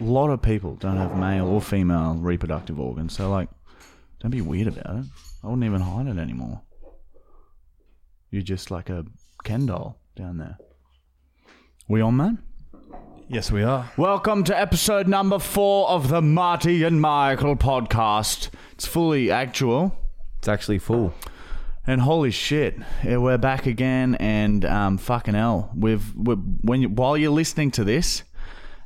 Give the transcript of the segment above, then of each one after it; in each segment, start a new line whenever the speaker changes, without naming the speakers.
A lot of people don't have male or female reproductive organs, so like, don't be weird about it. I wouldn't even hide it anymore. You're just like a Ken doll down there. We on, man?
Yes, we are.
Welcome to episode number four of the Marty and Michael podcast. It's fully actual.
It's actually full.
And holy shit, yeah, we're back again, and um, fucking hell, we've we when you, while you're listening to this,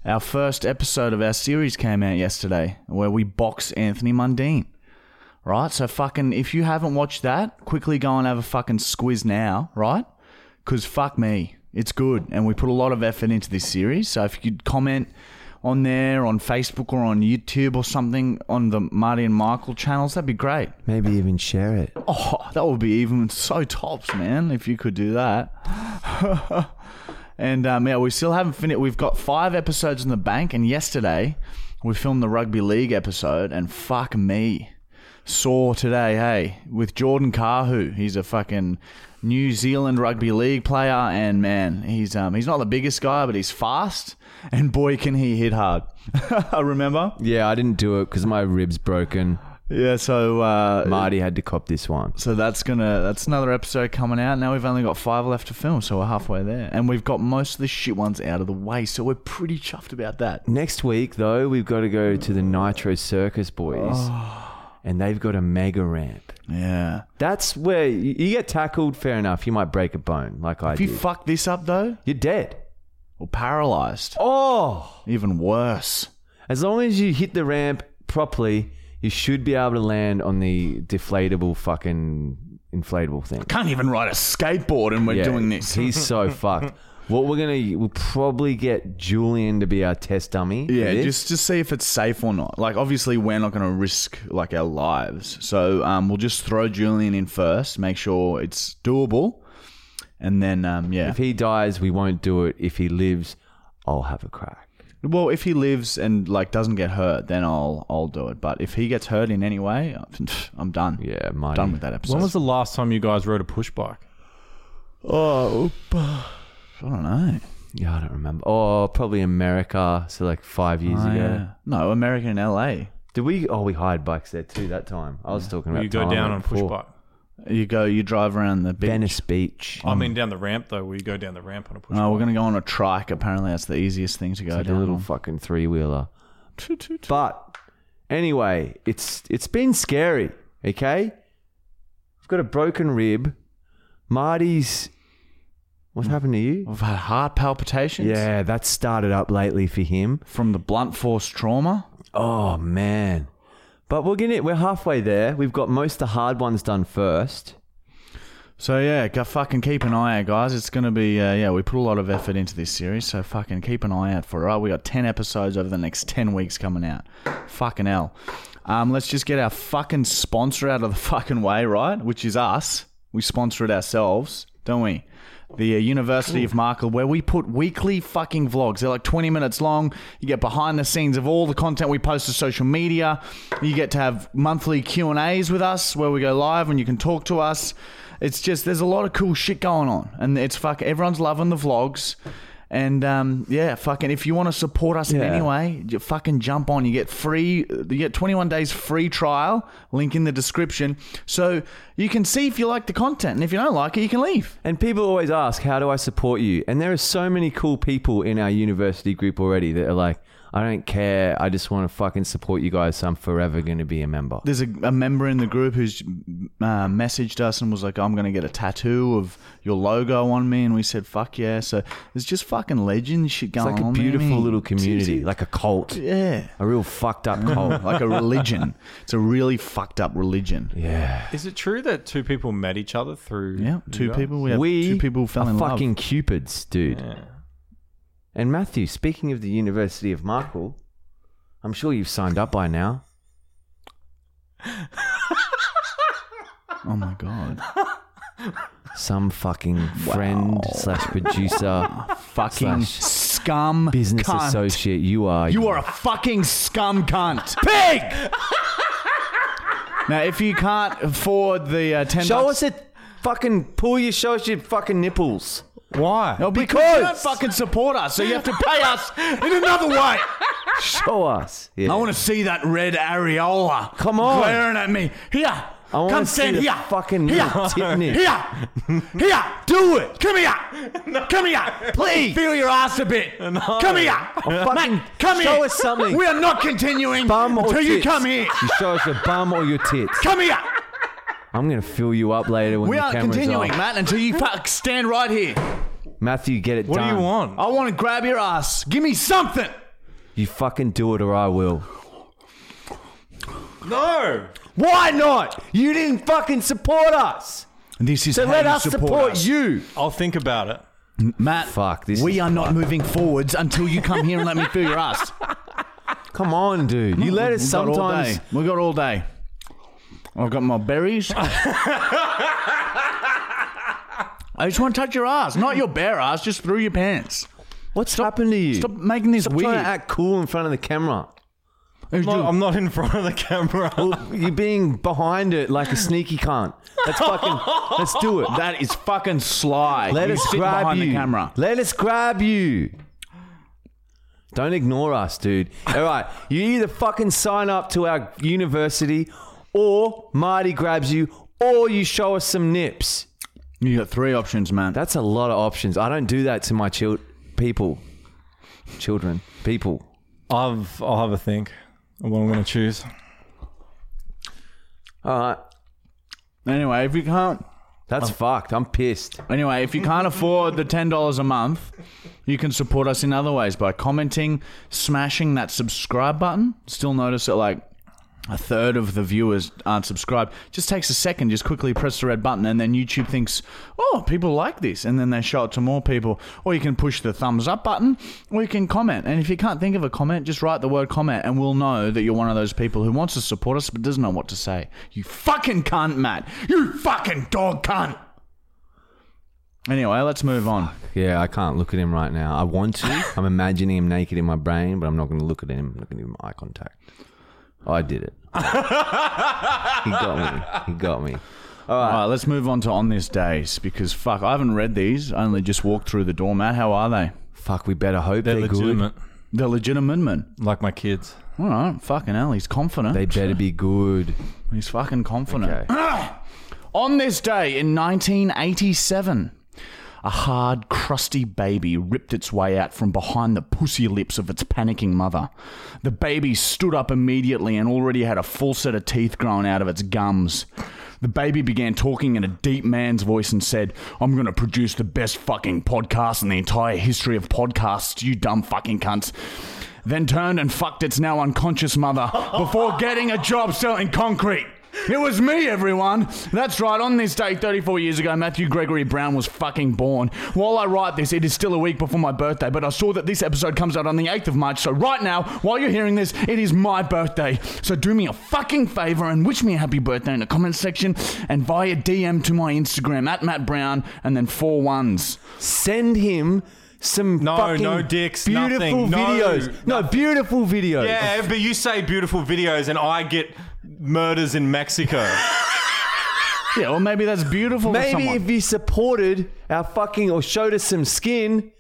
our first episode of our series came out yesterday, where we box Anthony Mundine. Right, so fucking if you haven't watched that, quickly go and have a fucking squiz now, right? Cause fuck me, it's good, and we put a lot of effort into this series. So if you could comment on there, on Facebook or on YouTube or something on the Marty and Michael channels, that'd be great.
Maybe even share it.
Oh, that would be even so tops, man, if you could do that. and um, yeah, we still haven't finished. We've got five episodes in the bank, and yesterday we filmed the rugby league episode, and fuck me. Saw today, hey, with Jordan Kahu. He's a fucking New Zealand rugby league player, and man, he's um, he's not the biggest guy, but he's fast, and boy, can he hit hard. Remember?
Yeah, I didn't do it because my ribs broken.
Yeah. So uh,
Marty had to cop this one.
So that's gonna that's another episode coming out. Now we've only got five left to film, so we're halfway there, and we've got most of the shit ones out of the way. So we're pretty chuffed about that.
Next week, though, we've got to go to the Nitro Circus Boys, and they've got a mega ramp.
Yeah.
That's where you you get tackled. Fair enough, you might break a bone, like I
If you
did.
fuck this up though,
You're dead.
or paralyzed,
Oh,
even worse.
as long as you hit the ramp properly, you should be able to land on the deflatable fucking inflatable thing.
Can't even ride a skateboard, and we're
Yeah,
doing this.
He's so fucked. What we're gonna we'll probably get Julian to be our test dummy. for
Yeah,
this.
just to see if it's safe or not. Like, obviously, we're not going to risk like our lives, so um, we'll just throw Julian in first, make sure it's doable, and then um, yeah.
if he dies, we won't do it. If he lives, I'll have a crack.
Well, if he lives and like doesn't get hurt, then I'll I'll do it. But if he gets hurt in any way, I'm done.
Yeah, mine.
done with that episode.
When was the last time you guys rode a push bike?
oh, I don't know.
Yeah, I don't remember. Oh, probably America. So like five years ago.
Oh, Yeah. No, American in L.A.
Did we? Oh, we hired bikes there too that time. I was talking about.
you go
Thailand
down on a push
before.
bike.
You go, you drive around the beach.
Venice
Oh,
Beach.
I mean, down the ramp though, where you go down the ramp on a push
No,
bike.
Oh, we're gonna go on a trike. Apparently, that's the easiest thing to go
like a
down.
little
on.
fucking three wheeler.
Toot, toot, toot.
But anyway, it's it's been scary. Okay, I've got a broken rib. Marty's. What's happened to you?
I've had heart palpitations.
Yeah, that started up lately for him.
From the blunt force trauma.
Oh man. But we're getting it. We're halfway there. We've got most of the hard ones done first.
So yeah, go fucking keep an eye out, guys. It's gonna be uh, yeah. We put a lot of effort into this series, so fucking keep an eye out for it. Right? We got ten episodes over the next ten weeks coming out. Fucking hell. Um, let's just get our fucking sponsor out of the fucking way, right? Which is us. We sponsor it ourselves, don't we? The uh, University of Markle, where we put weekly fucking vlogs. They're like 20 minutes long. You get behind the scenes of all the content we post to social media. You get to have monthly Q and A's with us, where we go live and you can talk to us. It's just there's a lot of cool shit going on, and it's fuck everyone's loving the vlogs. And um, yeah, fucking if you want to support us in
Yeah.
any way, you fucking jump on. You get free, you get 21 days free trial. Link in the description, so you can see if you like the content, and if you don't like it, you can leave.
And people always ask, how do I support you? And there are so many cool people in our university group already that are like, I don't care. I just want to fucking support you guys. So I'm forever going to be a member.
There's a, a member in the group who's uh, messaged us and was like, "I'm gonna get a tattoo of your logo on me," and we said, "Fuck yeah!" So there's just fucking legend shit
It's
going on.
like a
man.
beautiful little community, like a cult,
yeah.
a real fucked up cult.
like a religion. It's a really fucked up religion.
Yeah.
Is it true that two people met each other through?
Yeah,
you
two
guys?
people. We, have
we
two people fell
are
in
fucking
love.
cupids, dude.
Yeah.
And Matthew, speaking of the University of Markle, I'm sure you've signed up by now.
Oh my god.
Some fucking friend slash producer,
fucking
Slash
scum
business
cunt.
associate. You are.
You are a fucking scum cunt. Pig! now, if you can't afford the uh, 10
Show
bucks-
us it. Fucking pull your show us your fucking nipples.
Why?
No, because, you don't
because-
fucking support us, so you have to pay us in another way.
Show us. Yeah.
I want to see that red areola.
Come on.
glaring at me. Here,
I wanna
come
see
stand
the
here.
fucking
here,
little tit nip.
here, here. Do it. Come here. Come here, please. Feel your ass a bit. Come here.
fucking-
Matt, come
show
here.
us something.
We are not continuing
bum or
until
tits.
you come here.
You show us your bum or your tits.
Come here.
I'm gonna fill you up later when
We
the
aren't
camera's
continuing,
on.
Matt, until you fuck stand right here.
Matthew, get it
what
done.
do you want?
I want to grab your ass. Give me something.
You fucking do it or I will.
Oh. no.
Why not? You didn't fucking support us.
This is
So
how
let
you
us
support,
support,
us.
you.
I'll think about it.
Matt,
Fuck, this
we
is
are not moving forwards until you come here and let me feel your ass.
Come on, dude. You let us
We've got all
sometimes.
day. We got all day. I've got my berries. I just want to touch your ass, not your bare ass, just through your pants.
What's happened to you?
Stop making this
Stop
weird.
trying to act cool in front of the camera.
I'm not, I'm not in front of the camera.
You're being behind it like a sneaky cunt. Let's fucking. let's do it.
that is fucking sly.
Let
You
us
sit
grab
behind
you.
the camera.
Let us grab you. Don't ignore us, dude. All right, you either fucking sign up to our university, or Marty grabs you, or you show us some nips.
You got three options, man.
That's a lot of options. I don't do that to my child, people, children, people.
I've, I'll have a think of what I'm going to choose.
All right,
anyway, if you can't,
that's fucked. I'm pissed.
anyway, if you can't afford the ten dollars a month, you can support us in other ways by commenting, smashing that subscribe button. Still notice that like a third of the viewers aren't subscribed. Just takes a second. Just quickly press the red button, and then YouTube thinks, "Oh, people like this," and then they show it to more people. Or you can push the thumbs up button, or you can comment. And if you can't think of a comment, just write the word comment, and we'll know that you're one of those people who wants to support us but doesn't know what to say. You fucking cunt, Matt. You fucking dog cunt. Anyway, let's move on.
Yeah, I can't look at him right now. I want to. I'm imagining him naked in my brain, but I'm not going to look at him. I'm not going to give him eye contact. I did it. he got me. He got me.
All right, let's move on to on this days because fuck, I haven't read these. I only just walked through the door, Matt. How are they?
Fuck, we better hope
They're
they're, good.
legitimate,
They're legitimate, man.
like my kids.
All right, fucking hell, he's confident.
They better be good.
He's fucking confident.
Okay.
On this day in 1987, a hard, crusty baby ripped its way out from behind the pussy lips of its panicking mother. The baby stood up immediately and already had a full set of teeth grown out of its gums. The baby began talking in a deep man's voice and said, I'm going to produce the best fucking podcast in the entire history of podcasts, you dumb fucking cunts. Then turned and fucked its now unconscious mother before getting a job selling concrete. It was me, everyone. That's right. On this day, 34 years ago, Matthew Gregory Brown was fucking born. While I write this, it is still a week before my birthday, but I saw that this episode comes out on the 8th of March, so right now, while you're hearing this, it is my birthday. So do me a fucking favor and wish me a happy birthday in the comments section and via DM to my Instagram at Matt Brown and then four ones.
Send him some
No,
fucking
no dicks,
beautiful
nothing. No,
videos. No, beautiful videos.
Yeah, but you say beautiful videos and I get murders in Mexico.
Yeah, or maybe that's beautiful. to
Maybe
someone.
if you supported our fucking or showed us some skin.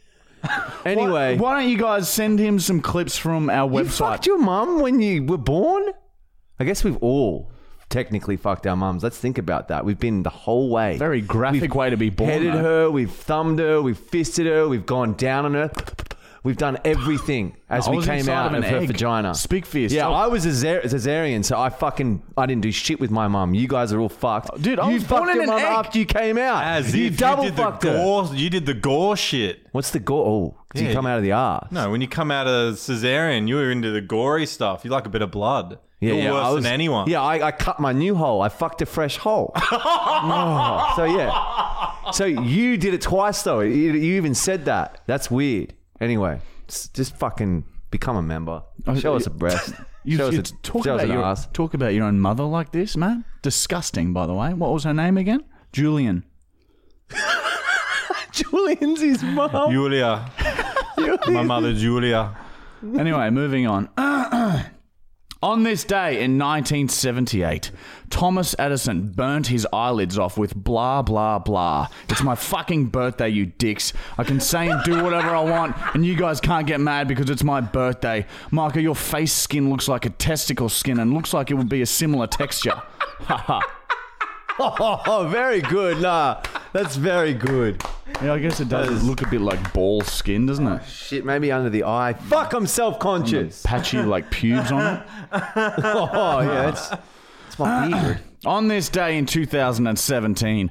Anyway,
Why don't you guys send him some clips from our
you
website?
fucked your mum when you were born? I guess we've all technically fucked our mums. Let's think about that. We've been the whole way.
Very graphic
We've
way to be born.
Headed
though.
her, we've thumbed her, we've fisted her, we've gone down on her. We've done everything as
I
we
was
came
inside
out
of
of,
an
her
egg.
vagina.
Speak for
Yeah,
yourself.
I was a cesar- cesarean, so I fucking I didn't do shit with my mum. You guys are all fucked.
Oh, Dude, I
you
was born
fucked
in
your
an
mum
egg.
after you came out.
As
you
if
double
you did the
fucked her.
gore, you did the gore shit.
What's the gore? Oh, 'cause you
Yeah.
come out of the ass.
No, when you come out of cesarean, you were into the gory stuff. You like a bit of blood.
Yeah,
You're
yeah,
worse
I was-
than anyone.
Yeah, I, I cut my new hole. I fucked a fresh hole. Oh, so yeah, so you did it twice though. You, you even said that. That's weird. Anyway, s- just fucking Become a member.
Oh,
Show us a
you-
breast.
You,
show us
you
a,
talk,
show us
about
an
your,
ass.
talk about your own mother like this, Matt. Disgusting, by the way. What was her name again? Julian.
Julian's his mom.
Julia. My mother, Julia.
Anyway, moving on. on this day in 1978, Thomas Edison burnt his eyelids off with blah, blah, blah. It's my fucking birthday, you dicks. I can say and do whatever I want, and you guys can't get mad because it's my birthday. Marco, your face skin looks like a testicle skin and looks like it would be a similar texture.
Oh, oh, very good. Nah, that's very good.
Yeah, I guess it does look a bit like ball skin, doesn't it?
Shit, maybe under the eye. Fuck, I'm self conscious.
Patchy like pubes on it.
Oh, yeah, it's, it's my beard.
On this day in 2017,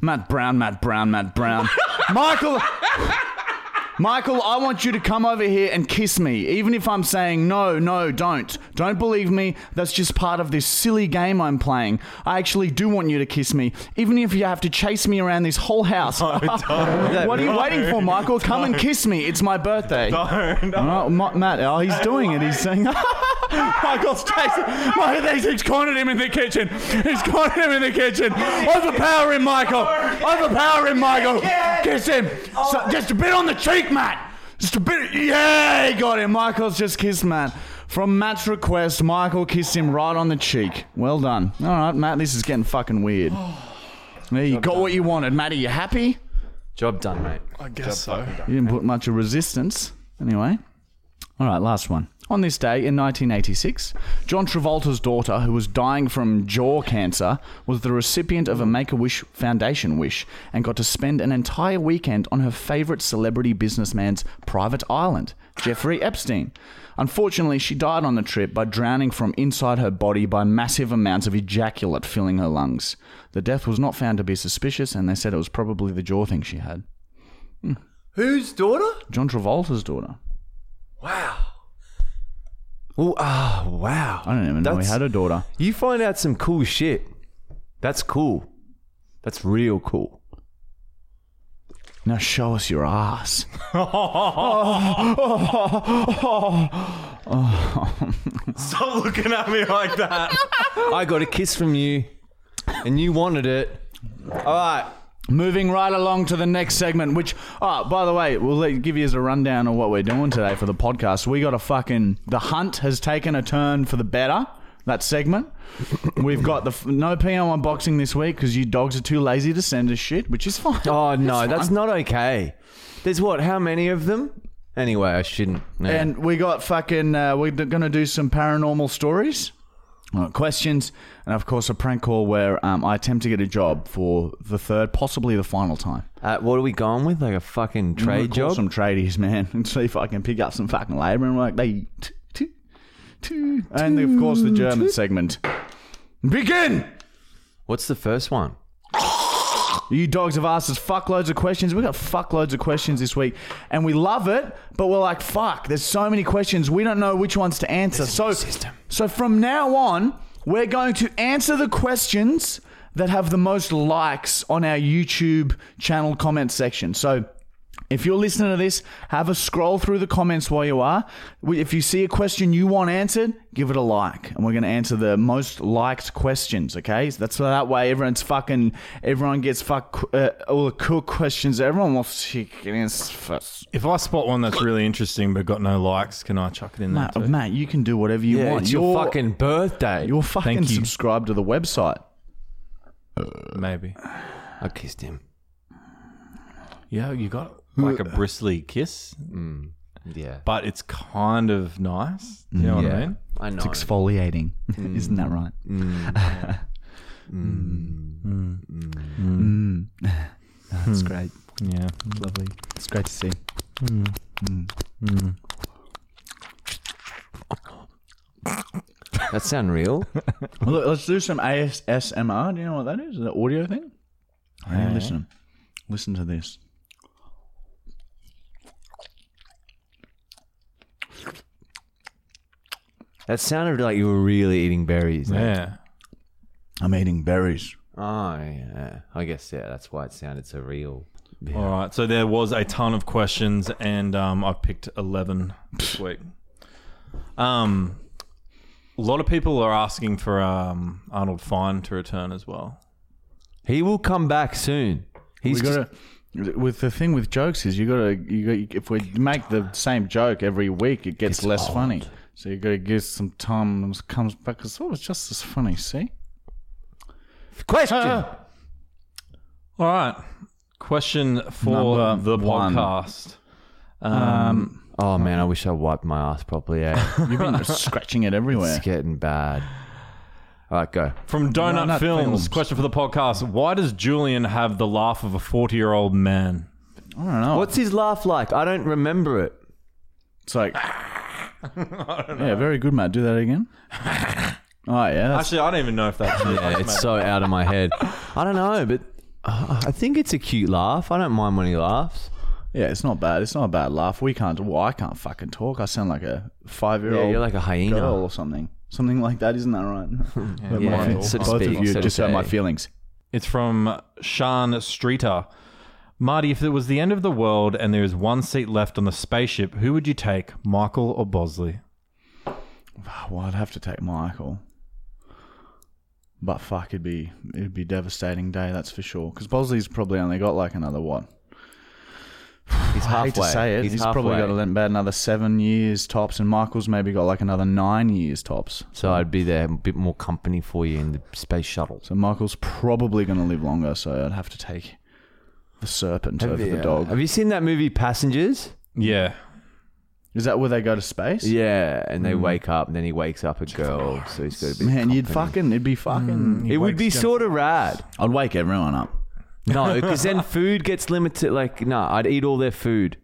Matt Brown, Matt Brown, Matt Brown. Michael! Michael, I want you to come over here and kiss me, even if I'm saying no, no, don't. Don't believe me. That's just part of this silly game I'm playing. I actually do want you to kiss me, even if you have to chase me around this whole house. what are you waiting for, Michael? Come and kiss me. It's my birthday. Oh, Ma- Matt, oh, he's doing it. He's saying, Michael's chasing. Michael, he's- he's cornered him in the kitchen. He's cornered him in the kitchen. Overpower him, Michael. Overpower him, Michael. Kiss him. So, just a bit on the cheek, Matt. Just a bit. Yeah, he got him. Michael's just kissed Matt. From Matt's request, Michael kissed him right on the cheek. Well done. All right, Matt, this is getting fucking weird. There, you got what you wanted. Matt, are you happy?
Job done, mate.
I guess so.
You didn't put much of resistance. Anyway. All right, last one. On this day in 1986, John Travolta's daughter, who was dying from jaw cancer, was the recipient of a Make a Wish Foundation wish and got to spend an entire weekend on her favorite celebrity businessman's private island, Jeffrey Epstein. Unfortunately, she died on the trip by drowning from inside her body by massive amounts of ejaculate filling her lungs. The death was not found to be suspicious, and they said it was probably the jaw thing she had. Hmm.
Whose daughter?
John Travolta's daughter.
Wow. Ooh, ah, wow.
I don't even know
That's-
he had a daughter.
You find out some cool shit. That's cool. That's real cool.
Now show us your ass.
Stop looking at me like that.
I got a kiss from you, and you wanted it. All right.
Moving right along to the next segment, which, oh, by the way, we'll let, give you as a rundown of what we're doing today for the podcast. We got a fucking. The hunt has taken a turn for the better, that segment. We've got the f- no PO unboxing this week because you dogs are too lazy to send us shit, which is fine.
Oh no, that's not okay. There's what? How many of them? Anyway, I shouldn't. No.
And we got fucking. Uh, we're going to do some paranormal stories, uh, questions, and of course a prank call where um, I attempt to get a job for the third, possibly the final time.
uh, what are we going with? Like a fucking
I'm
trade
gonna call
job?
some tradies, man, and see if I can pick up some fucking labour and work. They t- t- t- and of course the German segment. Begin.
What's the first one?
You dogs have asked us fuckloads of questions. We got fuckloads of questions this week, and we love it. But we're like, fuck. There's so many questions. We don't know which ones to answer. So, so from now on, we're going to answer the questions that have the most likes on our YouTube channel comment section. So. If you're listening to this, have a scroll through the comments while you are. We- If you see a question you want answered, give it a like, and we're going to answer the most liked questions. Okay, so that's so that way everyone's fucking, everyone gets fuck uh, all the cool questions. Everyone wants chicken and first.
If I spot one that's really interesting but got no likes, can I chuck it in there?
Matt, Matt, Uh, you can do whatever you
Yeah,
want.
it's your
You're-
fucking birthday.
you're fucking
Thank you.
subscribed to the website.
Maybe.
I kissed him.
Yeah, you got like a bristly kiss,
Yeah.
but it's kind of nice. You know what I mean?
I know.
It's exfoliating, isn't
Mm.
that right? Mm.
Mm.
That's great.
Yeah.
Lovely. It's great to see.
That sound real?
Well, look, let's do some ASMR. Do you know what that is? Is it an audio thing? Hey, listen. Listen to this.
That sounded like you were really eating berries. eh?
Yeah.
I'm eating berries.
Oh yeah. I guess yeah. That's why it sounded so real.
All right. So there was a ton of questions, and um, I picked eleven this week. Um, a lot of people are asking for um, Arnold Fine to return as well.
He will come back soon. He's
we gotta. With the thing with jokes is you gotta you got if we make the same joke every week it gets less funny. So you gotta give some time and it comes back because oh it's just as funny. See,
just, question.
Ah!
All right. Question for
Number
the
one.
podcast.
oh man, I wish I wiped my ass properly. Eh?
you've been scratching it everywhere.
it's getting bad. All right, go.
From Donut
Donut
Films,
Films.
question for the podcast. Why does Julian have the laugh of a 40 year old man?
I don't know.
What's his laugh like? I don't remember it.
It's like, yeah, very good, Matt. Do that again. Oh yeah, that's-
Actually, I don't even know if that's
Yeah, it's so out of my head. I don't know, but uh, I think it's a cute laugh. I don't mind when he laughs.
yeah. It's not bad. It's not a bad laugh. We can't. Well, I can't fucking talk. I sound like a five-year-old.
Yeah, you're like a hyena.
girl or something. Something like that. Isn't that right? But
Yeah,
my-
so to
both
speak,
of you
so to
just hurt my
say.
feelings.
It's from Sean Streeter. Marty, if it was the end of the world and there is one seat left on the spaceship, who would you take, Michael or Bosley?
Ah, Well, I'd have to take Michael. But fuck, it'd be it'd be a devastating day. That's for sure. Because Bosley's probably only got like another what?
He's
I hate to say it. He's, probably got
halfway.
about another seven years tops, and Michael's maybe got like another nine years tops.
So I'd be there, a bit more company for you in the space shuttle.
So Michael's probably going to live longer, so I'd have to take the serpent over
uh,
the dog.
Have you seen that movie Passengers?
Yeah.
Is that where they go to space?
Yeah, and
Mm.
they wake up, and then he wakes up a girl, so he's got a bit.
Man, you'd fucking, it'd be fucking.
Mm.
It would be sort of rad.
I'd wake everyone up.
No, because then food gets limited. Like, no, I'd eat all their food.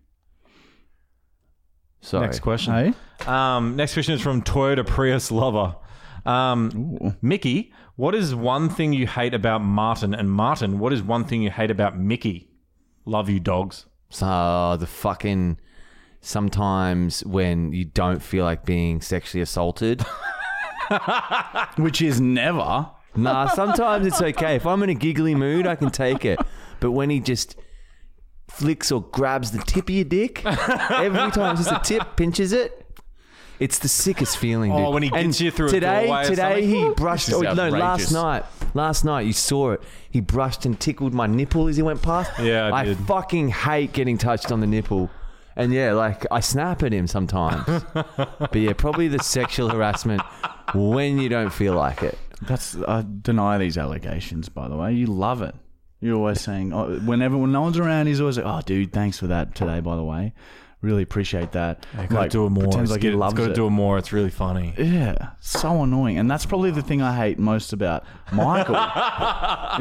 So
Next question.
Hey?
Um, next question is from Toyota Prius Lover. Um, Mickey, what is one thing you hate about Martin? And Martin, what is one thing you hate about Mickey? Love you, dogs.
So the fucking sometimes when you don't feel like being sexually assaulted.
Which is never.
nah, sometimes it's okay. If I'm in a giggly mood, I can take it. But when he just flicks or grabs the tip of your dick every time, just a tip, pinches it. It's the sickest feeling. Dude.
Oh, when he
And
gets you through a
today,
doorway or
today
something?
he brushed.
This
Oh,
is
no, last
outrageous.
night, last night you saw it. He brushed and tickled my nipple as he went past.
Yeah, I did.
fucking hate getting touched on the nipple. And yeah, like I snap at him sometimes. but yeah, probably the sexual harassment when you don't feel like it.
That's I deny these allegations. By the way, you love it. You're always saying oh, whenever when no one's around, he's always like, "Oh, dude, thanks for that today. By the way, really appreciate that."
Gotta do it more.
Pretends
It's
like
good-
he
it's
loves
gotta
it.
do it more. It's really funny.
Yeah, so annoying, and that's probably the thing I hate most about Michael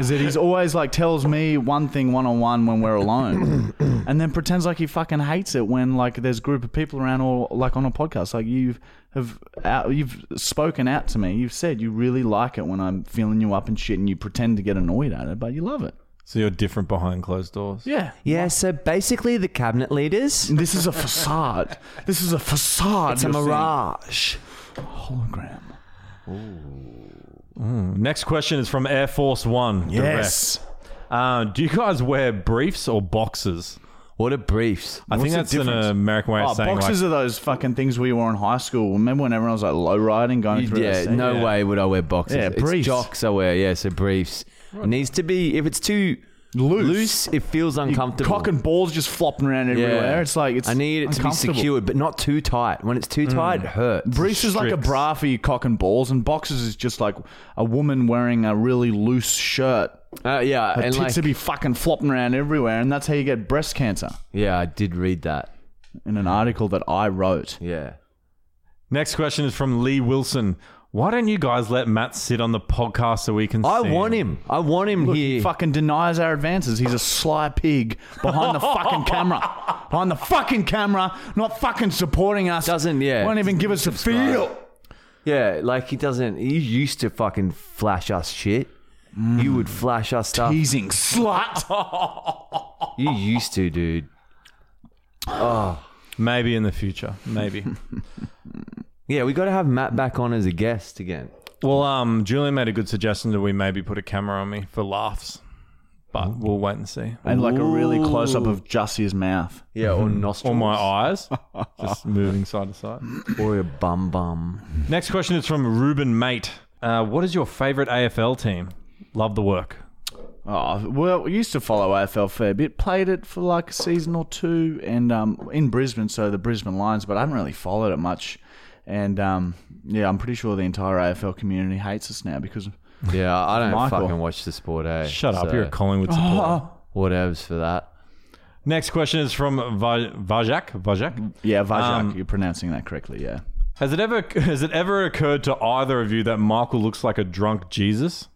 is that he's always like tells me one thing one on one when we're alone, and then pretends like he fucking hates it when like there's a group of people around or like on a podcast. Like you have out, you've spoken out to me. You've said you really like it when I'm feeling you up and shit, and you pretend to get annoyed at it, but you love it.
So you're different behind closed doors.
Yeah.
Yeah, so basically the cabinet leaders,
This is a facade. This is a facade.
it's a
you're seeing.
mirage.
Hologram.
Next question is from Air Force One.
Yes.
Direct. Uh, do you guys wear briefs or boxes?
What a briefs.
I
What's
think that's
the
an
difference?
American way of
Oh,
saying
boxes
like,
are those fucking things we wore in high school. Remember when everyone was like low riding, going
You-
through?
yeah,
that
no
thing?
way would I wear boxes.
Yeah,
It's
briefs.
jocks I wear, yeah, so briefs. It needs to be, if it's too
Loose.
loose it feels
Your
uncomfortable.
Cock and balls just flopping around everywhere. It's like it's.
I need it to be
uncomfortable. Mm.
secured, but not too tight. When it's too tight, it hurts.
Briefs is like a
Stricts.
bra for your cock and balls, and boxes is just like a woman wearing a really loose shirt.
Uh, yeah,
Her
and
tits
like,
would be fucking flopping around everywhere, and that's how you get breast cancer.
yeah, I did read that.
In an article that I wrote.
Yeah.
Next question is from Lee Wilson. Why don't you guys let Matt sit on the podcast so we can
I
see
want him. I want him
Look,
here.
he fucking denies our advances. He's a sly pig behind the fucking camera. Behind the fucking camera, not fucking supporting us.
Doesn't, yeah.
Won't even give us a feel.
Yeah, like he doesn't. You used to fucking flash us shit.
Mm.
You would flash us stuff.
Teasing slut.
You used to, dude.
Maybe in the future. Maybe.
Yeah, we got to have Matt back on as a guest again.
well, um, Julian made a good suggestion that we maybe put a camera on me for laughs, but we'll wait and see.
and like a really close up of just his mouth.
Yeah, or
Mm-hmm.
nostrils,
Or my eyes, just moving side to side.
or a bum bum.
Next question is from Ruben Mate. Uh, what is your favorite AFL team? Love the work.
Oh, well, we used to follow AFL a fair bit. Played it for like a season or two, and um, in Brisbane, so the Brisbane Lions. But I haven't really followed it much. And um, yeah, I'm pretty sure the entire AFL community hates us now because
Yeah, I don't
Michael.
fucking watch the sport. eh?
Shut up,
So, Oh.
you're a Collingwood supporter.
whatevs for that.
Next question is from Va- Vajak. Vajak.
yeah, Vajak, you're pronouncing that correctly. Yeah,
Has it ever has it ever occurred to either of you that Michael looks like a drunk Jesus?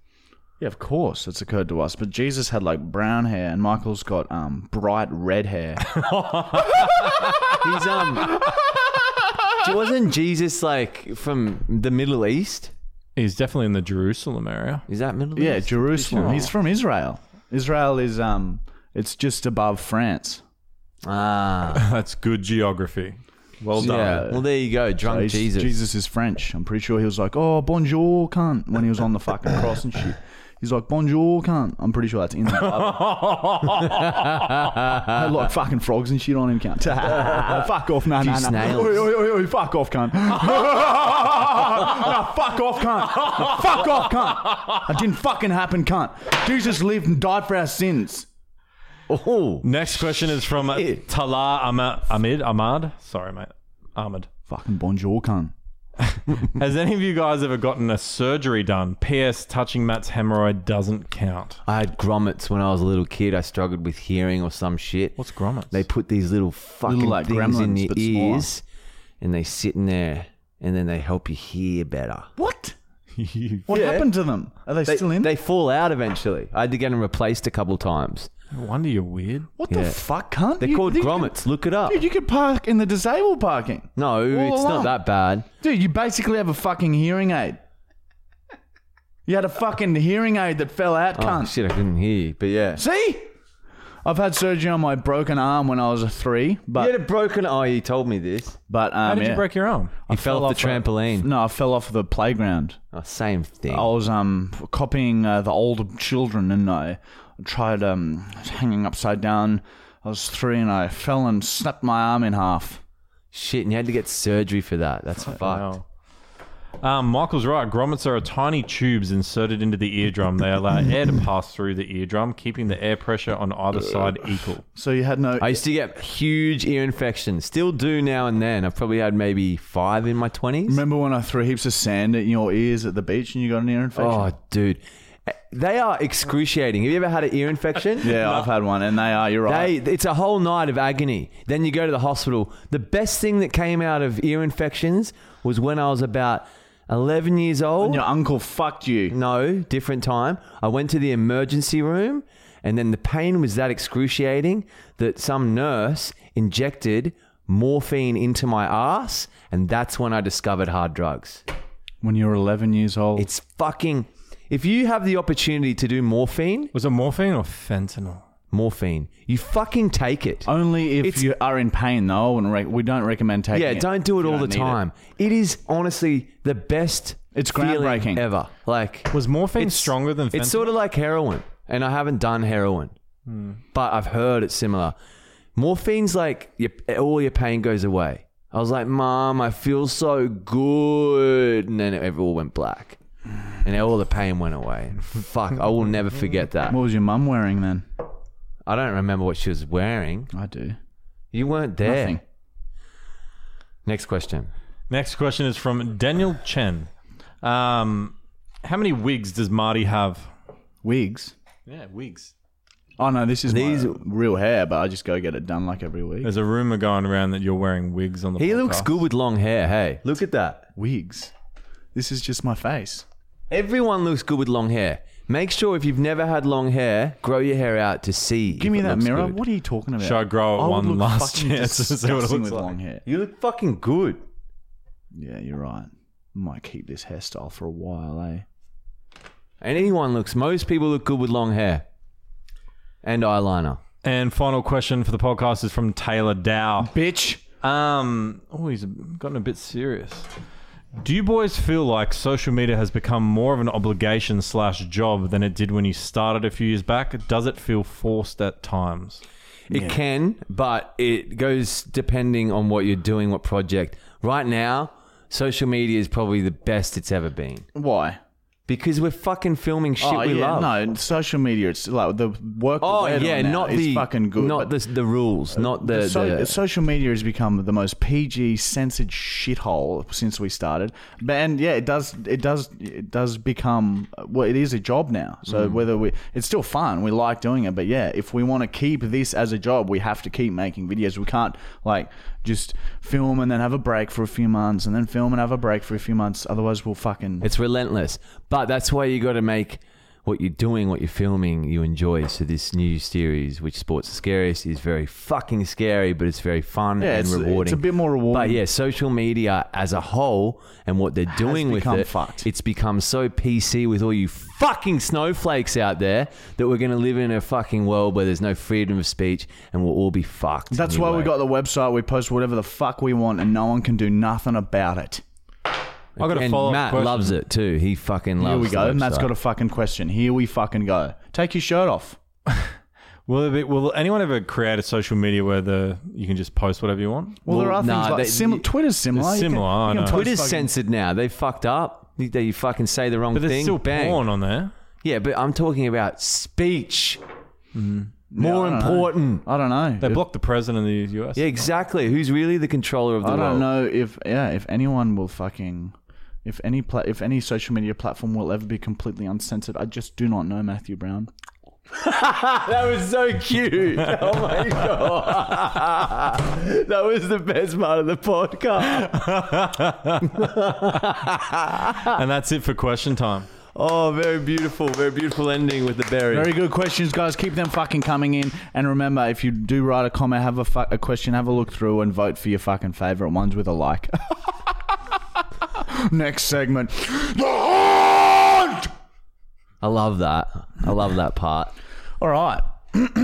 yeah, of course, it's occurred to us. But Jesus had like brown hair, and Michael's got um, bright red hair.
He's um. wasn't Jesus like from the Middle East?
He's definitely in the Jerusalem area.
Is that Middle
yeah,
East? Oh.
Jerusalem. He's from Israel. Israel is um, it's just above France.
Ah,
That's good geography. Well done.
yeah. Well, there you go, drunk
He's-
Jesus.
Jesus is French. I'm pretty sure he was like, "Oh, bonjour, cunt," when he was on the fucking cross and shit. He's like, "Bonjour, cunt." I'm pretty sure that's in the Bible. Had like fucking frogs and shit on him, cunt. Like, fuck off, no,
Few
no, no.
snails.
Oi, oi, oi, oi, fuck off, cunt. no, fuck off, cunt. No, fuck off, cunt. That didn't fucking happen, cunt. Jesus lived and died for our sins.
Oh,
Next question is from
Shit.
Tala Ama- Amid Ahmad. Sorry, mate. Ahmed.
Fucking bonjour, cunt.
Has any of you guys ever gotten a surgery done? P.S. Touching Matt's hemorrhoid doesn't count.
I had grommets when I was a little kid. I struggled with hearing or some shit.
What's grommets?
They put these little fucking
like
things in
gremlins,
your
but smaller.
ears, and they sit in there, and then they help you hear better.
What? What happened to them? Are they,
They,
still in?
they fall out eventually. I had to get them replaced a couple times.
No wonder you're weird.
what
Yeah.
the fuck, cunt?
They're
You-
called
you-
grommets. Look it up.
Dude, you could park in the disabled parking.
No,
All
it's
along.
not that bad.
Dude, you basically have a fucking hearing aid. You had a fucking hearing aid that fell out,
Oh,
cunt.
shit, I couldn't hear you. But yeah.
See? I've had surgery on my broken arm when I was a three, but
you had a broken eye. You told me this.
but um,
Ah,
How did
yeah.
you break your arm?
You fell, off the
a-
trampoline.
No, I fell off the playground.
Oh, same thing.
I was um copying uh, the older children, and I tried um hanging upside down. I was three, and I fell and snapped my arm in half.
Shit, and you had to get surgery for that. That's fucked.
Wow. Um, Michael's right. Grommets are tiny tubes inserted into the eardrum. They allow air to pass through the eardrum, keeping the air pressure on either side equal.
So you had no
I used to get huge ear infections. Still do now and then. I've probably had maybe five in my 20s.
Remember when I threw heaps of sand at your ears at the beach and you got an ear infection?
Oh, dude. They are excruciating. Have you ever had an ear infection?
yeah, I've had one, and they are. You're
They,
right.
it's a whole night of agony. Then you go to the hospital. The best thing that came out of ear infections was when I was about 11 years old.
and your uncle fucked you.
No, different time. I went to the emergency room, and then the pain was that excruciating that some nurse injected morphine into my ass, and that's when I discovered hard drugs.
When you were 11 years old,
It's fucking. If you have the opportunity to do morphine,
Was it morphine or fentanyl?
morphine, you fucking take it.
only if
It's-
you are in pain, though, and rec- we don't recommend taking.
Yeah,
it
don't do
if
it
you
all the
don't need
time. it is honestly the best.
It's
feeling
groundbreaking.
ever. Like
Was morphine stronger than fentanyl?
It's sort of like heroin, and I haven't done heroin,
Hmm.
but I've heard it's similar. Morphine's like your, all your pain goes away. I was like, Mom, I feel so good, and then it all went black, and all the pain went away. Fuck, I will never forget that.
What was your mum wearing then?
I don't remember what she was wearing.
I do.
You weren't there.
Nothing.
Next question.
Next question is from Daniel Chen. Um, how many wigs does Marty have?
Wigs.
Yeah, wigs.
Oh no, this is
These-
These... real hair, but I just go get it done like every week.
There's a rumor going around that you're wearing wigs on the.
He looks
podcast.
good with long hair. Hey, look at that.
Wigs. This is just my face.
Everyone looks good with long hair. Make sure if you've never had long hair, grow your hair out to see.
Give
if
me
it
that
looks
mirror.
good.
What are you talking about?
Should I grow it
would
one
look
last
fucking
chance to see what it
disgusting
looks
with
like?
long hair.
You look fucking good.
Yeah, you're right. might keep this hairstyle for a while, eh?
And anyone looks, most people look good with long hair and eyeliner.
And final question for the podcast is from Taylor Dow.
Bitch.
Um, oh, he's gotten a bit serious. Do you boys feel like social media has become more of an obligation slash job than it did when you started a few years back? Does it feel forced at times?
It can, but it goes depending on what you're doing, what project. Right now, social media is probably the best it's ever been
Why?
because we're fucking filming shit
oh,
we
yeah,
love.
no, social media. It's like the work.
Oh
we're
yeah,
doing now
not
is
the
fucking good.
not
but
the the rules, not the,
so,
the-
social media has become the most PG censored shithole since we started. But and yeah, it does it does it does become well, it is a job now.
Mm.
So whether we, it's still fun. We like doing it, but yeah, if we want to keep this as a job, we have to keep making videos. We can't like just film and then have a break for a few months and then film and have a break for a few months. Otherwise, we'll fucking
It's relentless. But that's why you got to make what you're doing, what you're filming, you enjoy. So this new series, which sports the scariest, is very fucking scary, but it's very fun
Yeah,
and
it's- it's
rewarding.
a bit more rewarding.
But yeah, social media as a whole and what they're doing with
become
it,
fucked.
it's become so PC with all you fucking snowflakes out there that we're gonna live in a fucking world where there's no freedom of speech and we'll all be fucked.
That's why we got
anyway.
the website. We post whatever the fuck we want, and no one can do nothing about it.
I got a
and
follow
Matt
up question.
loves it too. He fucking loves.
Here we
the
go. Matt's
website.
got a fucking question. Here we fucking go. Take your shirt off.
Will, it be, will anyone ever create a social media where the you can just post whatever you want?
Well, there are
nah,
things like
they-
sim- Twitter's similar.
It's
You can-
similar, I
you can
know.
post
Twitter's
fucking-
censored now. They fucked up. You- They you fucking say the wrong
But there's
thing.
still
bang.
porn on there.
Yeah, but I'm talking about speech. More
Mm-hmm. I don't know.
important.
I don't know.
They blocked the president of the US.
Yeah, exactly. Who's really the controller of the
I don't
world?
know if yeah, if anyone will fucking, if any pla- if any social media platform will ever be completely uncensored. I just do not know, Matthew Brown.
That was so cute. Oh my god. that was the best part of the podcast.
And that's it for question time.
Oh, very beautiful. Very beautiful ending with the berry.
Very good questions, guys. Keep them fucking coming in. And remember, if you do write a comment, have a, fu- a question, have a look through and vote for your fucking favorite ones with a like. Next segment. The Hunt!
I love that. I love that part.
All right.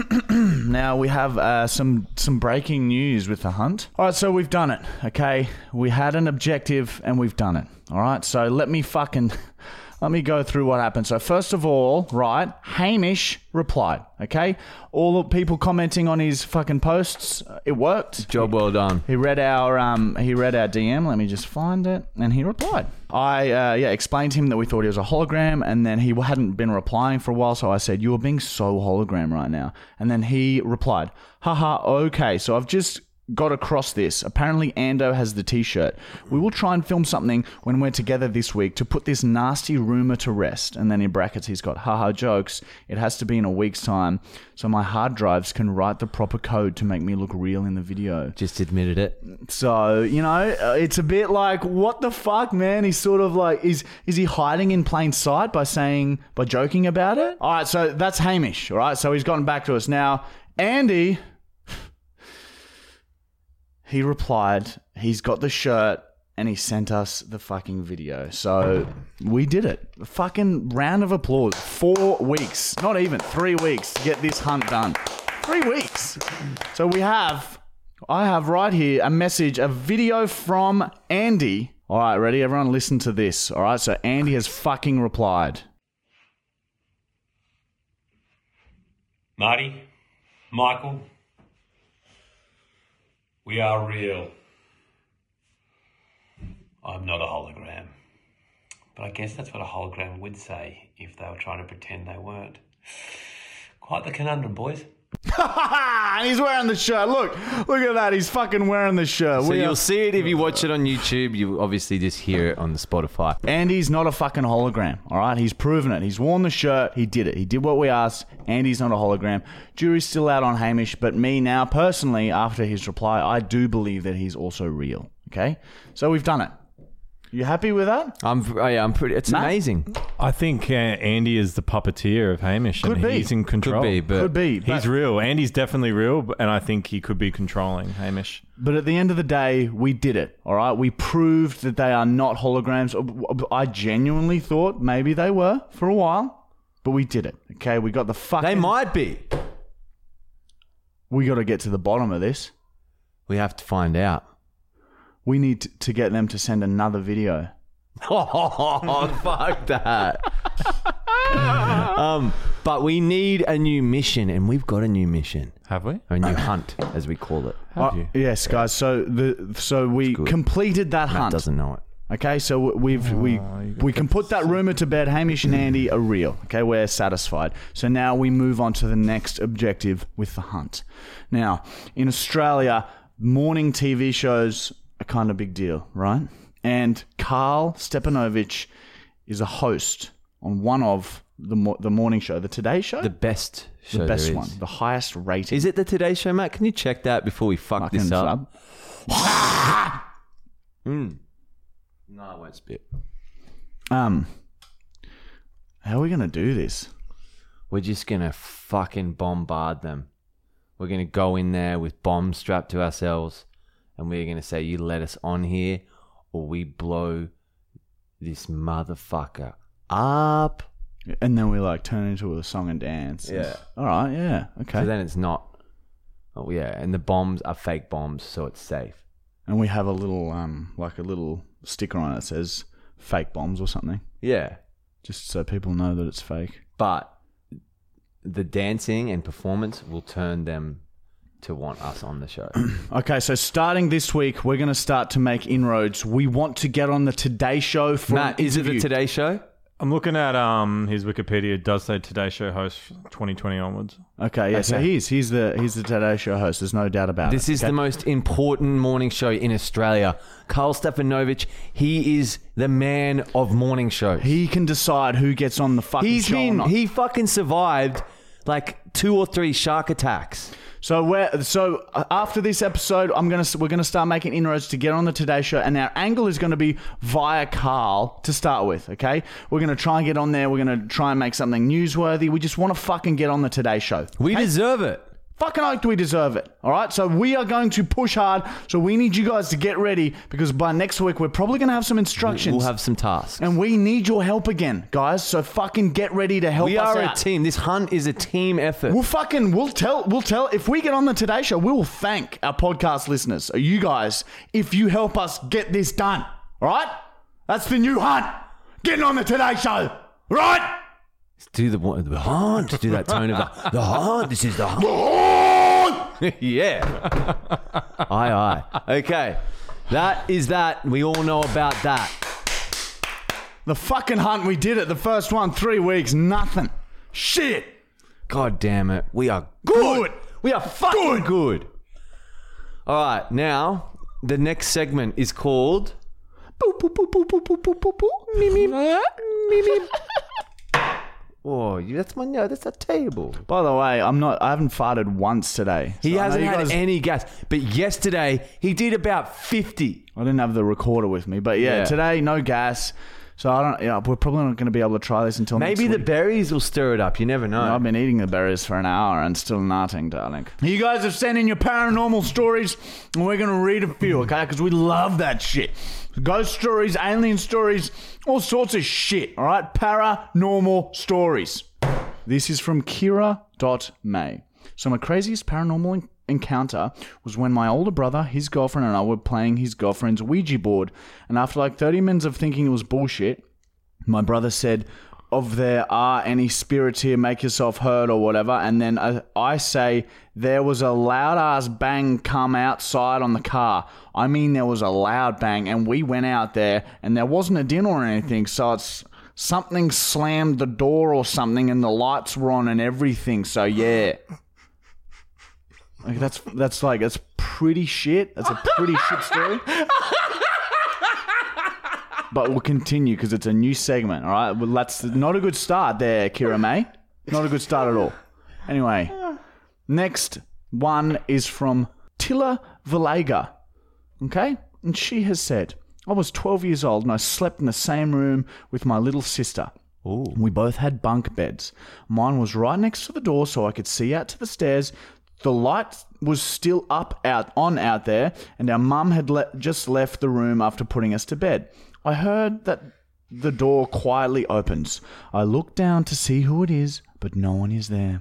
now we have uh, some some breaking news with the hunt. All right, so we've done it. Okay, we had an objective and we've done it. All right, so let me fucking let me go through what happened. So first of all, right, Hamish replied. Okay, all the people commenting on his fucking posts, uh, it worked.
Job well done.
He read our um, he read our DM. Let me just find it, and he replied. I uh, yeah explained to him that we thought he was a hologram, and then he hadn't been replying for a while. So I said, "You are being so hologram right now." And then he replied, "Haha, okay. So I've just got across this. Apparently, Ando has the T-shirt. We will try and film something when we're together this week to put this nasty rumor to rest." And then in brackets, he's got, "Haha, jokes. It has to be in a week's time, so my hard drives can write the proper code to make me look real in the video."
Just admitted it.
So you know, uh, it's a bit like what the fuck, man. He's sort of like is is he hiding in plain sight by saying by joking about it? All right, so that's Hamish. All right, so he's gotten back to us now. Andy, he replied, he's got the shirt and he sent us the fucking video. So we did it. Fucking round of applause. Four weeks, not even three weeks to get this hunt done. Three weeks. So we have, I have right here a message, a video from Andy. All right, ready? Everyone listen to this. All right, so Andy has fucking replied.
Marty, Michael, we are real. I'm not a hologram. But I guess that's what a hologram would say if they were trying to pretend they weren't. Quite the conundrum, boys.
and he's wearing the shirt. Look, look at that. He's fucking wearing the shirt.
So
We are-
you'll see it if you watch it on YouTube. You obviously just hear it on the Spotify.
Andy's not a fucking hologram, all right? He's proven it. He's worn the shirt. He did it. He did what we asked. Andy's not a hologram. Jury's still out on Hamish, but me now, personally, after his reply, I do believe that he's also real, okay? So we've done it. You happy with that?
I'm, oh yeah, I'm pretty. It's
Matt?
amazing.
I think uh, Andy is the puppeteer of Hamish,
Could
and
be.
he's in
Could
control.
be, but
Could be. But,
He's real. Andy's definitely real, b- and I think he could be controlling Hamish.
but at the end of the day, we did it. All right, we proved that they are not holograms. Uh, I genuinely thought maybe they were for a while, but we did it. Okay, we got the fucking.
they might be.
We got to get to the bottom of this.
We have to find out.
We need t- to get them to send another video.
Oh, fuck that. um, but we need a new mission, and we've got a new mission,
Have we?
a new hunt, as we call it.
Uh, Yes, guys. So the so we
good.
completed that
Matt
hunt.
doesn't know it.
Okay, so we've we we can put that rumor to bed. Hamish and Andy are real. Okay, we're satisfied. So now we move on to the next objective with the hunt. Now, in Australia, morning TV shows are kind of big deal, right? And Carl Stepanovich is a host on one of the mo- the morning show, the Today Show,
The best
The
show. there
best
is.
one, the highest rating.
Is it the Today Show, Matt? Can you check that before we fuck
fucking
this up?
sub.
Mm. No, I won't spit.
Um, how are we gonna do this?
We're just gonna fucking bombard them. We're gonna go in there with bombs strapped to ourselves, and we're gonna say, "You let us on here, or we blow this motherfucker up."
And then we like turn into a song and dance.
Yeah.
All right. Yeah. Okay.
So then it's not. Oh yeah, and the bombs are fake bombs, so it's safe.
and we have a little, um, like a little sticker on it that says "fake bombs" or something,
Yeah,
just so people know that it's fake.
but the dancing and performance will turn them to want us on the show.
Okay. So starting this week, we're gonna start to make inroads. We want to get on the Today Show for
Matt,
an
is it the
interview.
Today Show?
I'm looking at um his Wikipedia. It does say Today Show host 2020 onwards.
Okay. Yeah. So
Okay.
he's he's the he's the Today Show host. There's no doubt about
This
it.
is
Okay.
the most important morning show in Australia. Carl Stefanovic, he is the man of morning shows.
he can decide who gets on the fucking
He's
show. or
been
not.
he fucking survived like two or three shark attacks.
So we're so uh, after this episode, I'm gonna we're gonna start making inroads to get on the Today Show, and our angle is gonna be via Carl to start with. Okay, we're gonna try and get on there. We're gonna try and make something newsworthy. We just want to fucking get on the Today Show.
We deserve it.
Fucking oath, do we deserve it? All right, so we are going to push hard. So we need you guys to get ready because by next week we're probably gonna have some instructions.
We'll have some tasks.
and we need your help again, guys. So fucking get ready to help
we
us
are
out.
a team. This hunt is a team effort.
We'll fucking we'll tell we'll tell if we get on the Today Show, we will thank our podcast listeners, uh, you guys, if you help us get this done. All right, that's the new hunt. Getting on the Today Show, right?
do the, the hunt. Do that tone of the, the hunt. This is the hunt. yeah. aye, aye. Okay. That is that. We all know about that.
The fucking hunt. We did it. The first one, three weeks, nothing. Shit.
God damn it. We are
Good.
We are fucking good. All right, now the next segment is called.
Boop, boop, boop, boop, boop, boop, boop, boop, boop. Me, me, me, me.
Oh, you- that's my no. That's a table.
By the way, I'm not. I haven't farted once today.
He
So I know
hasn't
you
had
guys-
any gas, but yesterday he did about fifty.
I didn't have the recorder with me, but yeah,
Yeah.
today no gas. So I don't. Yeah, we're probably not going to be able to try this until next
Maybe the
week.
berries will stir it up. You never know.
I've been eating the berries for an hour and still nothing, darling. You guys have sent in your paranormal stories, and we're gonna read a few, okay? Because we love that shit. Ghost stories, alien stories, all sorts of shit, all right? Paranormal stories. This is from Kira.may. So, my craziest paranormal en- encounter was when my older brother, his girlfriend, and I were playing his girlfriend's Ouija board, and after like 30 minutes of thinking it was bullshit, my brother said, of there are any spirits here, make yourself heard or whatever. And then I, I say, there was a loud ass bang come outside on the car. I mean, there was a loud bang, and we went out there, and there wasn't a dinner or anything. So it's something slammed the door or something, and the lights were on and everything. So yeah, like that's that's like that's pretty shit. That's a pretty shit story but we'll continue because it's a new segment. All right, well, that's not a good start there, Kira May. Not a good start at all. Anyway, next one is from Tilla Vallega. Okay, and she has said, I was 12 years old and I slept in the same room with my little sister. We both had bunk beds. Mine was right next to the door so I could see out to the stairs. The light was still up out on out there and our mum had le- just left the room after putting us to bed. I heard that the door quietly opens. I look down to see who it is, but no one is there.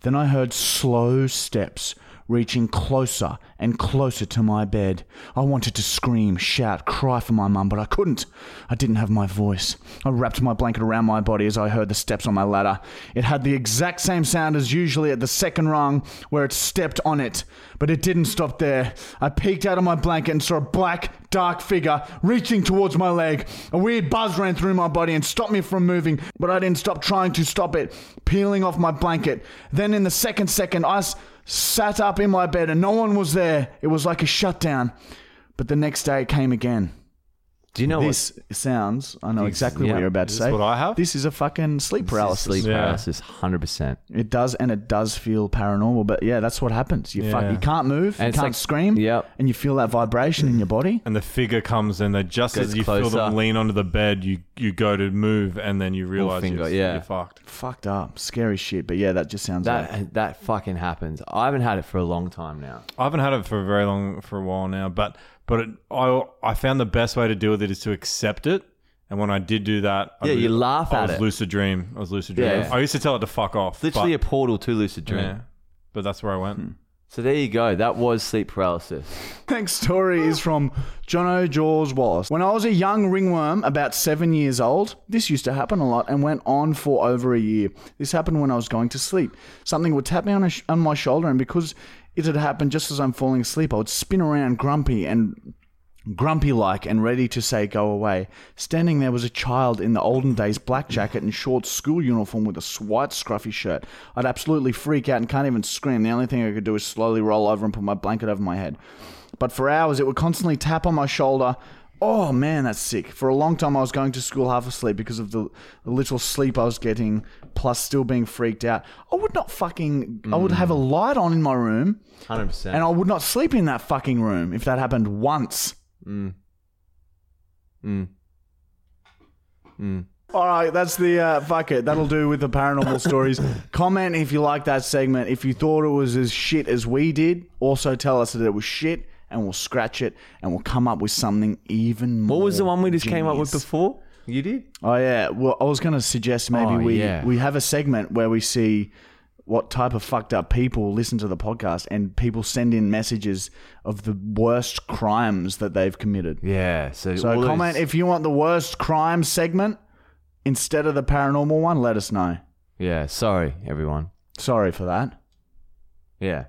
Then I heard slow steps reaching closer and closer to my bed. I wanted to scream, shout, cry for my mum, but I couldn't. I didn't have my voice. I wrapped my blanket around my body as I heard the steps on my ladder. It had the exact same sound as usually at the second rung where it stepped on it, but it didn't stop there. I peeked out of my blanket and saw a black, dark figure reaching towards my leg. A weird buzz ran through my body and stopped me from moving, but I didn't stop trying to stop it, peeling off my blanket. Then in the second second, I s- sat up in my bed and no one was there. It was like a shutdown. But the next day it came again.
Do you know what?
this sounds, I know
This-
exactly
yeah.
what you're about to
Is
say.
this what I have?
This is a fucking sleep paralysis.
Sleep
Yeah.
paralysis, hundred percent.
It does, and it does feel paranormal. But yeah, that's what happens. You fuck,
Yeah.
you can't move,
And
you
it's
can't
like-
scream,
Yep.
and you feel that vibration in your body.
And the figure comes and they just
Goes
as you feel
closer.
them lean onto the bed, you, you go to move and then you realize
finger,
you're,
yeah.
you're fucked.
Fucked up, scary shit. But yeah, that just sounds like
That that fucking happens. I haven't had it for a long time now.
I haven't had it for very long, for a while now, but but it, I I found the best way to deal with it is to accept it. And when I did do that, I
Yeah, you laugh
I
at
was
it.
lucid dream. I was lucid dream.
Yeah.
I used to tell it to fuck off.
It's literally
but,
a portal to lucid dream. Hmm.
yeah, but that's where I went.
So there you go. That was sleep paralysis.
Next story is from John O'Jaws Wallace. When I was a young ringworm, about seven years old, this used to happen a lot and went on for over a year. This happened when I was going to sleep. Something would tap me on, a sh- on my shoulder, and because it had happened just as I'm falling asleep, I would spin around grumpy and grumpy like and ready to say go away. Standing there was a child in the olden days black jacket and short school uniform with a s- white scruffy shirt. I'd absolutely freak out and can't even scream. The only thing I could do is slowly roll over and put my blanket over my head. But for hours it would constantly tap on my shoulder. Oh man, that's sick. For a long time I was going to school half asleep because of the the little sleep I was getting plus still being freaked out. I would not fucking I would have a light on in my room
Mm. Hundred percent.
and I would not sleep in that fucking room if that happened once.
Mm.
All right, that's the uh, fuck it. That'll do with the paranormal stories. Comment if you like that segment. If you thought it was as shit as we did, also tell us that it was shit, and we'll scratch it, and we'll come up with something even more.
What was the one we just came up with
genius.
before? You did.
Oh yeah. Well, I was going to suggest maybe
Oh,
we
yeah.
we have a segment where we see what type of fucked up people listen to the podcast, and people send in messages of the worst crimes that they've committed.
Yeah. So,
So
all
comment
those-
if you want the worst crime segment instead of the paranormal one. Let us know.
yeah. Sorry, everyone.
Sorry for that.
Yeah.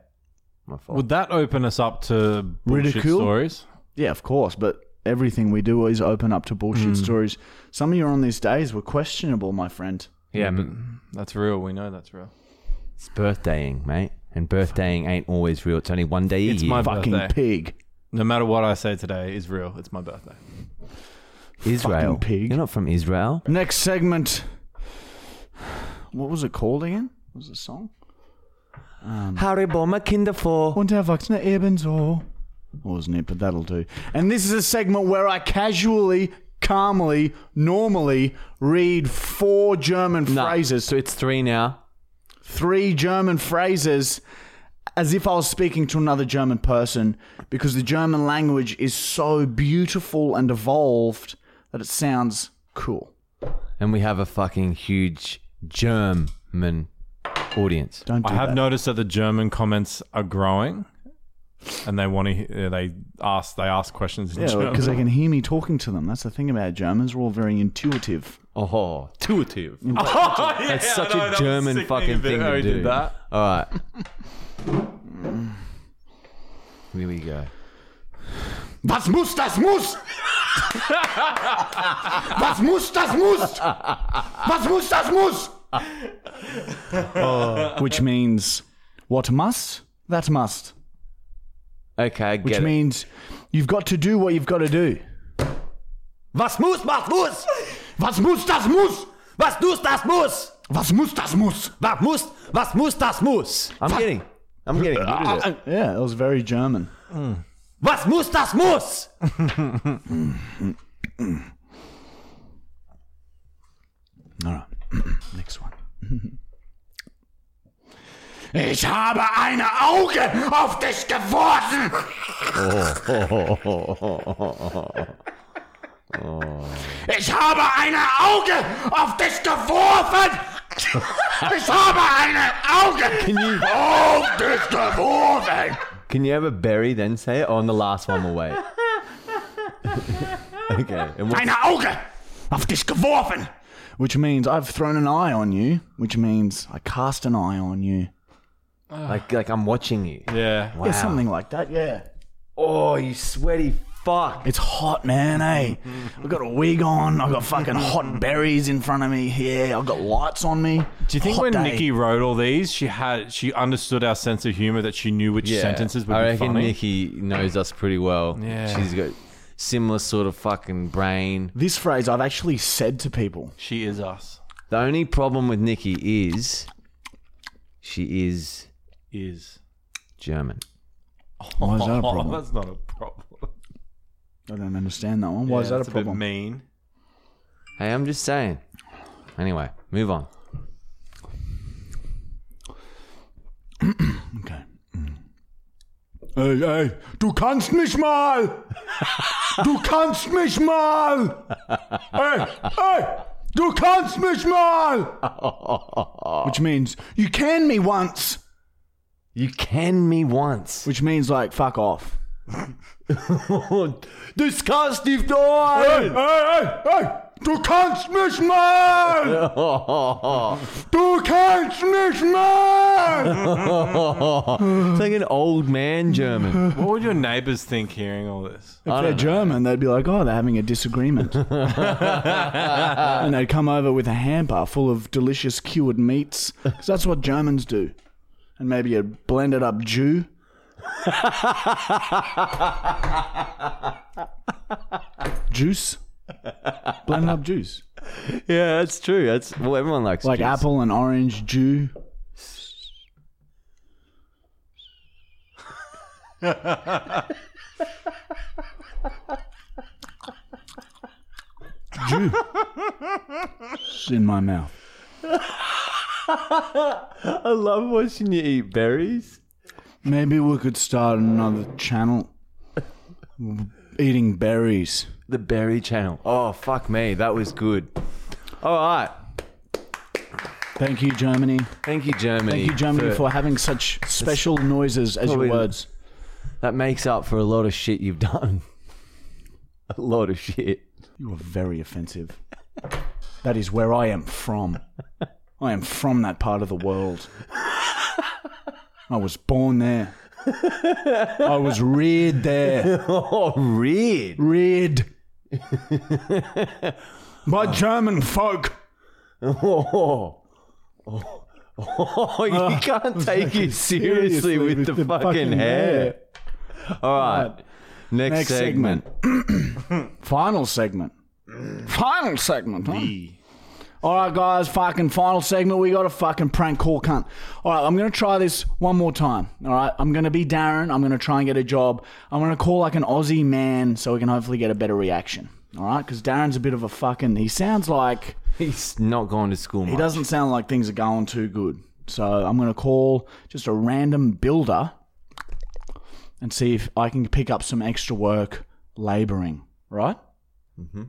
My fault.
Would that open us up to bullshit
Ridicule?
stories?
Yeah, of course, but everything we do is open up to bullshit stories. Some of you on these days were questionable, my friend.
yeah, but
That's real. We know that's real.
it's birthdaying, mate. And birthdaying ain't always real. It's only one day a
It's
year.
my
Fucking
birthday.
pig.
No matter what I say today is real. It's my birthday.
Israel.
fucking pig.
You're not from Israel.
Next segment. What was it called again? What was the song?
Haribo my Kinder for.
Unterwachsene ebenso. Wasn't it? But that'll do. And this is a segment where I casually, calmly, normally read four German
No.
phrases.
So it's three now.
three German phrases as if I was speaking to another German person because the German language is so beautiful and evolved that it sounds cool.
And we have a fucking huge German audience.
Don't do
I have
that.
noticed that the German comments are growing, and they want to. They ask. They ask questions in
yeah,
German.
because they can hear me talking to them. That's the thing about Germans. We're all very intuitive.
Oh, intuitive. That's such
I know, Oh, that
a
was
German
sickening
fucking
if it-
thing
how
to
he
do.
did that.
All right. Here we go.
Was muss, das muss! Was muss, das muss! Was muss, das muss! Oh, Which means, what must, that must.
Okay, I get
Which
it.
means you've got to do what you've got to do.
was muss, was muss,
Was muss, das muss!
was muss, das muss,
Was muss, das muss!
was muss, was muss, das muss. I'm getting, I'm getting good at it.
Yeah, it was very German.
Was muss das muss?
All right. Next one. Ich habe eine Auge auf dich geworfen. Ich habe eine Auge auf dich geworfen. Ich habe eine Auge auf dich geworfen.
Can you ever bury then say it? Oh, and the last one will wait. okay. And what-
Eine Auge auf dich geworfen. Which means I've thrown an eye on you, which means I cast an eye on you.
like, like I'm watching you.
Yeah.
Yeah, something like that, yeah.
Oh, you sweaty fuck.
It's hot, man, eh? I've got a wig on. I've got fucking hot berries in front of me. Yeah, I've got lights on me.
Do you think
Hot
when
day.
Nikki wrote all these, she had she understood our sense of humor that she knew which sentences would
I
be
reckon
funny?
Nikki knows us pretty well.
Yeah.
She's got similar sort of fucking brain.
This phrase I've actually said to people.
She is us.
The only problem with Nikki is she is
Is.
German.
Why is that a problem?
Oh, that's not a problem.
I don't understand that one. Why is that
Yeah,
a
that's
problem?
bit mean.
Hey, I'm just saying. Anyway, move on.
okay. Ey, ey, du kannst mich mal! Du kannst mich mal! Ey, ey, du kannst mich mal! Which means, you can me once!
You can me once.
Which means, like, fuck off.
Discuss dich doch!
ey, ey! Du kannst mich mal! Du kannst mich mal!
It's like an old man German.
What would your neighbors think hearing all this?
If they're German, they'd be like, oh, they're having a disagreement. and they'd come over with a hamper full of delicious cured meats, 'cause that's what Germans do. And maybe a blended up Jew. juice? Blended up juice.
yeah, that's true. That's well, everyone likes
Like
juice.
apple and orange Jew. Jew. It's in my mouth.
I love watching you eat berries.
Maybe we could start another channel. Eating berries.
The berry channel. Oh fuck me, that was good. All right,
Thank you, Germany.
thank you Germany.
Thank you, Germany, for, having such special noises as your
Probably-
words.
that makes up for a lot of shit you've done. a lot of shit.
You are very offensive. That is where I am from. I am from that part of the world. I was born there. I was reared there.
Oh, weird.
Reared by German folk.
Oh. Oh, you can't take it seriously with the, fucking hair. All right. Next,
Next
segment.
segment. Final segment. Final segment, huh? All right, guys, fucking final segment. We got a fucking prank call, cunt. All right, I'm going to try this one more time. All right, I'm going to be Darren. I'm going to try and get a job. I'm going to call like an Aussie man so we can hopefully get a better reaction. All right, because Darren's a bit of a fucking. He sounds like.
He's not going to school,
He
mate.
doesn't sound like things are going too good. So I'm going to call just a random builder and see if I can pick up some extra work laboring, right? Mm-hmm.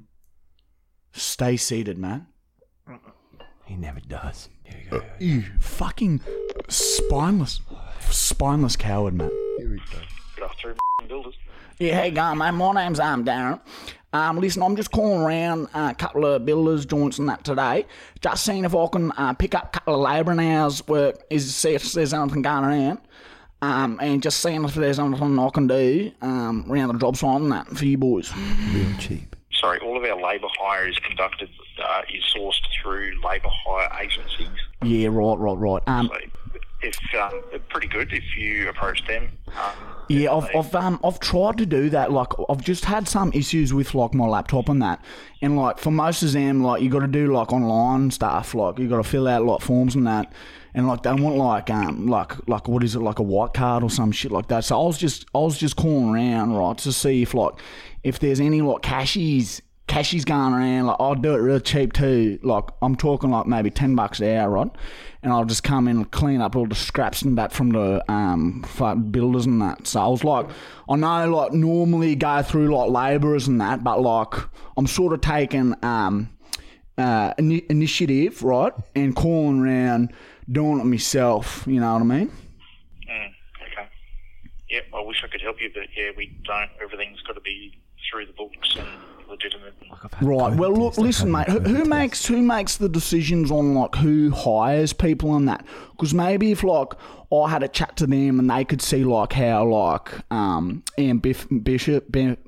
Stay seated, man.
He never does. Here we go.
You fucking spineless, spineless coward, man. Yeah, hey guy, man. My name's um Darren. Um, listen, I'm just calling around uh, a couple of builders, joints, and that today. Just seeing if I can uh, pick up a couple of labouring hours work, is see if there's anything going around. Um, and just seeing if there's anything I can do um, around the job site and that for you boys.
Real cheap.
sorry, all of our labour hire is conducted, uh, is sourced through labour hire agencies.
Yeah, right, right, right. Um,
So if um, they're pretty good if you approach them. Um,
Yeah, I've, I've um I've tried to do that. Like I've just had some issues with like my laptop and that, and like for most of them, like you got to do like online stuff. Like you got to fill out like forms and that, and like they want like um like like what is it like a white card or some shit like that. So I was just I was just calling around right to see if like if there's any like cashies cashies going around. Like I'll do it real cheap too. Like I'm talking like maybe ten bucks an hour, right? And I'll just come in and clean up all the scraps and that from the um fuck builders and that. So I was like, I know like normally go through like labourers and that, but like I'm sort of taking um uh ini- initiative, right, and calling around doing it myself. You know what I mean?
Mm, okay. Yeah, I wish I could help you, but yeah, we don't. Everything's got to be through the books and legitimate.
Oh,
Right. Well, look,
test, I've
listen, mate.
had
Who,
COVID
who
test.
makes who makes the decisions on like who hires people and that? Because maybe if like I had a chat to them and they could see like how like um ambitious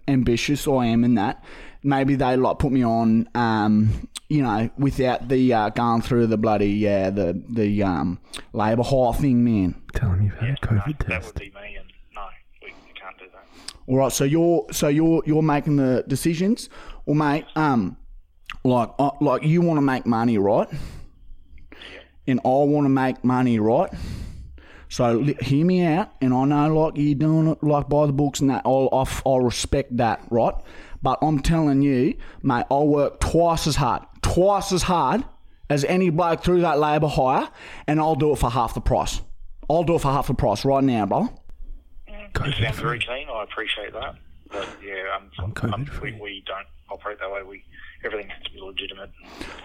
ambitious I am in that, maybe they like put me on um you know without the uh, going through the bloody yeah the the um labour hire thing, man.
Tell him you've had a
no,
COVID
that
test.
would be me, and no, we, we can't do that.
All right, so you're so you're you're making the decisions. Well, mate, um, like uh, like you want to make money, right? And I want to make money, right? So li- hear me out, and I know like you're doing it like by the books and that. I'll I, f- I respect that, right? But I'm telling you, mate, I work twice as hard, twice as hard as any bloke through that labour hire, and I'll do it for half the price. I'll do it for half the price right now, bro.
You sound very keen. I appreciate that. But yeah, um,
COVID
um, we,
free.
we don't operate that way. We everything has to be legitimate.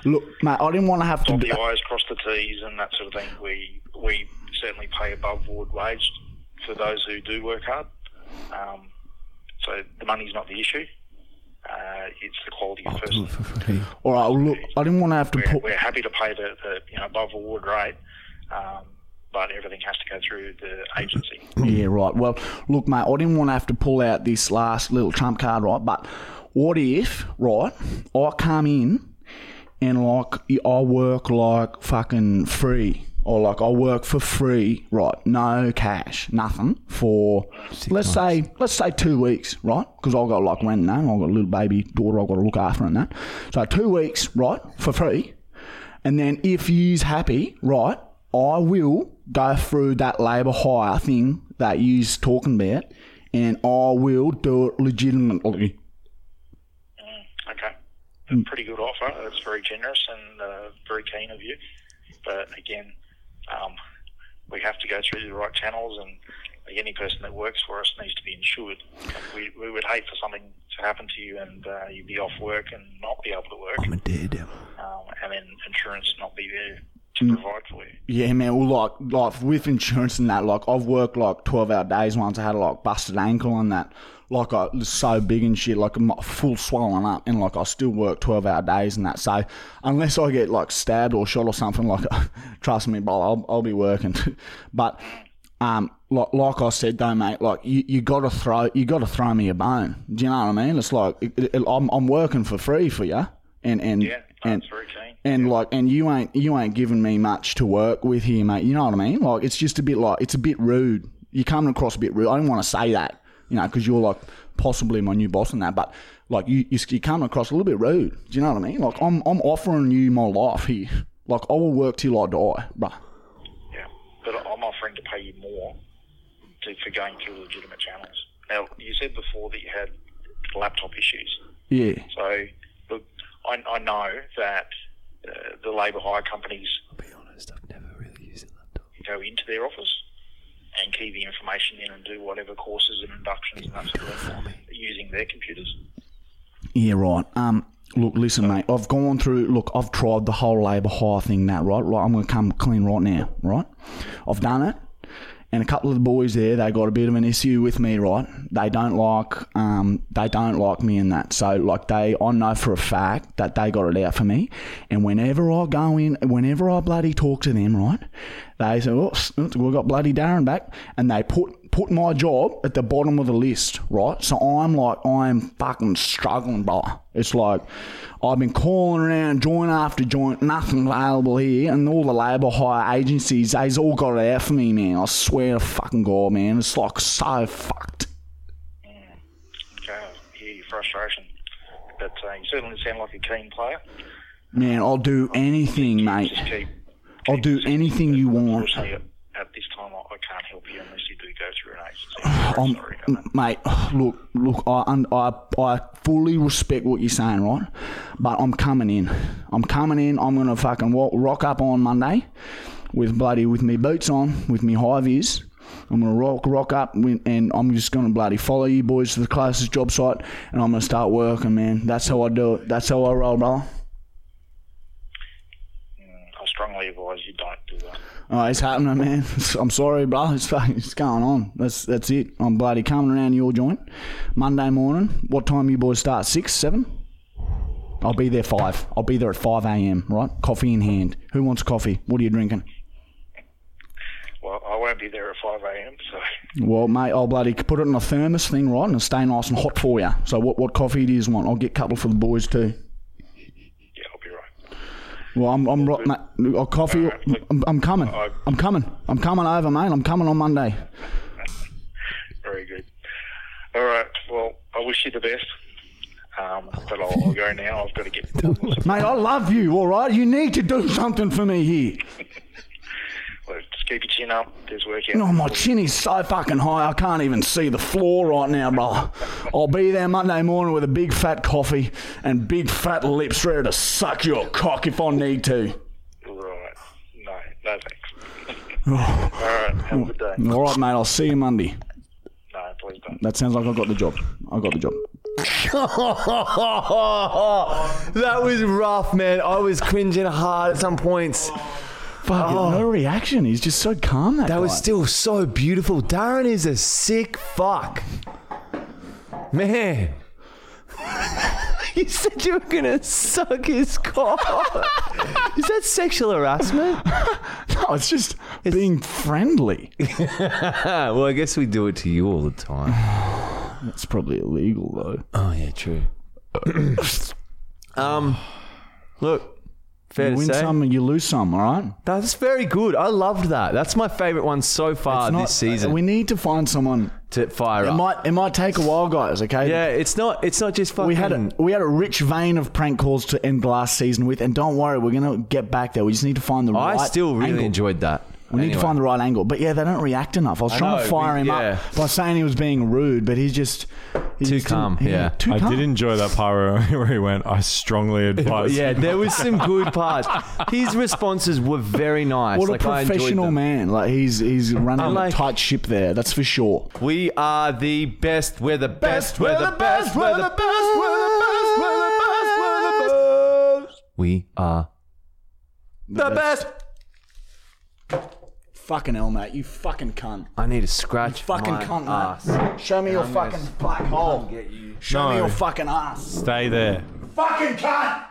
Look, mate, I didn't want to have to.
Dot
do-
the i's, cross the t's, and that sort of thing. We we certainly pay above board wage for those who do work hard. Um, so the money's not the issue. Uh, it's the quality of person.
For free.
All right, well, look, I didn't want to have to
we're,
put.
we're happy to pay the, the you know above award rate, um, but everything has to go through the agency.
Yeah, right. Well, look, mate, I didn't want to have to pull out this last little trump card, right? But what if, right, I come in and, like, I work, like, fucking free. Or, like, I work for free, right? No cash, nothing for, let let's say, let's say two weeks, right? Because I've got, like, rent now, and I've got a little baby daughter I've got to look after and that. So, two weeks, right, for free. And then if you's happy, right, I will go through that labour hire thing that you's talking about and I will do it legitimately.
Okay, a pretty good offer. That's very generous and uh, very keen of you. But again, um, we have to go through the right channels, and like, any person that works for us needs to be insured. We, we would hate for something to happen to you, and uh, you be off work and not be able to work,
I'm a daredevil.
um, and then insurance not be there to provide for you.
Yeah, man. Well, like, like with insurance and that, like I've worked like twelve hour days once. I had a like busted ankle and that, like I was so big and shit, like I'm full swollen up, and like I still work twelve hour days and that. So unless I get like stabbed or shot or something, like trust me, bro, I'll, I'll be working. but um, like like I said though, mate, like you, you gotta throw you gotta throw me a bone. Do you know what I mean? It's like it, it, I'm I'm working for free for you, and and
Yeah, no,
and
it's very keen.
and like and you ain't you ain't giving me much to work with here mate you know what i mean like it's just a bit like it's a bit rude you're coming across a bit rude i don't want to say that you know because you're like possibly my new boss and that but like you you- you're coming across a little bit rude do you know what i mean like i'm i'm offering you my life here like i will work till i die bruh
Yeah, but I'm offering to pay you more to, for going through legitimate channels. Now, you said before that you had laptop issues.
yeah
So, look, I, I know that uh, the labour hire companies
I'll be honest, I've never really used a laptop.
go into their office and key the information in and do whatever courses and inductions and that sort of thing using their computers.
Yeah, right. Um, look, listen, mate. I've gone through. Look, I've tried the whole labour hire thing. That right. Like, I'm going to come clean right now. Right. I've done it. And a couple of the boys there, they got a bit of an issue with me, right? They don't like, um, they don't like me and that. So, like, they, I know for a fact that they got it out for me. And whenever I go in, whenever I bloody talk to them, right, they say, "Oh, s- we got bloody Darren back," and they put put my job at the bottom of the list, right? So I'm like, I'm fucking struggling, bro. It's like, I've been calling around joint after joint, nothing available here, and all the labour hire agencies, they's all got it out for me, man. I swear to fucking God, man. It's like so fucked.
Okay, I hear your frustration. But uh, you certainly sound like a keen player.
Man, I'll do anything, mate.
Just keep.
I'll do anything you want.
Unfortunately, at this time, I I can't help you unless you do go through an agency. I'm
I'm,
sorry. uh, about that.
m- mate, look, look, I, un- I, I fully respect what you're saying, right? But I'm coming in. I'm coming in. I'm gonna fucking walk, rock up on Monday with bloody with me boots on, with me high vis. I'm gonna rock, rock up, wi- and I'm just gonna bloody follow you boys to the closest job site, and I'm gonna start working, man. That's how I do it. That's how I roll, brother.
I strongly advise you don't do that.
Oh, it's happening, man. I'm sorry, bro. It's fucking, it's going on. That's that's it. I'm bloody coming around your joint Monday morning. What time you boys start? Six, seven? I'll be there five. I'll be there at five a.m. Right, coffee in hand. Who wants coffee? What are you drinking?
Well, I won't be there at 5 a.m., so
Well, mate, I'll bloody put it in a thermos thing, right, and it'll stay nice and hot for you. So, what what coffee do you want? I'll get a couple for the boys too.
yeah, I'll be right.
Well, I'm I'm right, mate. Oh, coffee. I'm, I'm coming. I'm coming. I'm coming over, mate. I'm coming on Monday.
Very good. All right, well, I wish you the best. Um, but I'll, I'll go now. I've got to get. Look,
Mate, I love you, all right? You need to do something for me here.
just keep your chin up. There's work out.
Oh, my chin is so fucking high, I can't even see the floor right now, brother. I'll be there Monday morning with a big fat coffee and big fat lips ready to suck your cock if I need to.
All right. No, no thanks. All right, have a good day.
All right, mate, I'll see you Monday.
No, please don't.
That sounds like I got the job. I got the job.
that was rough, man. I was cringing hard at some points.
Fucking no reaction. He's just so calm, that,
Oh. That was
guy.
still so beautiful. Darren is a sick fuck. Man. you said you were going to suck his cock. is that sexual harassment?
No, it's just being friendly.
Ah, well, I guess we do it to you all the time.
That's probably illegal, though.
Oh, yeah, true. um, look, fair
You
to
win
say.
some and you lose some, all right?
That's very good. I loved that. That's my favorite one so far
It's not-
Ah, this season
We need to find someone.
to fire
It
up.
might, it might take a while, guys, okay?
yeah, it's not. It's not just fucking.
We had a we had a rich vein of prank calls to end last season with, and don't worry, we're gonna get back there. We just need to find the
I
right.
still really
angle.
enjoyed that.
We need to find the right angle, but yeah, they don't react enough. I was trying to
know,
fire
we-
him
yeah.
up by saying he was being rude, but he's just he
Too
just didn't-
calm, yeah.
too
I
calm.
did enjoy that pyro where he went. I strongly advise.
Oh, Yeah, there was some good parts. His responses were very nice.
What
like,
a
I enjoyed
professional
them.
man! Like he's he's running a
like-
tight ship there. That's for sure.
We are the best. We're the best. We're the best. We're the best. We're the best. We're the best. We're the best. We are the best.
Fucking hell, mate! You fucking cunt!
I need to scratch
Fucking
my
cunt,
ass.
mate! Show me your
I'm gonna
fucking black hole. Show me
No.
your fucking ass!
Stay there.
Fucking cunt!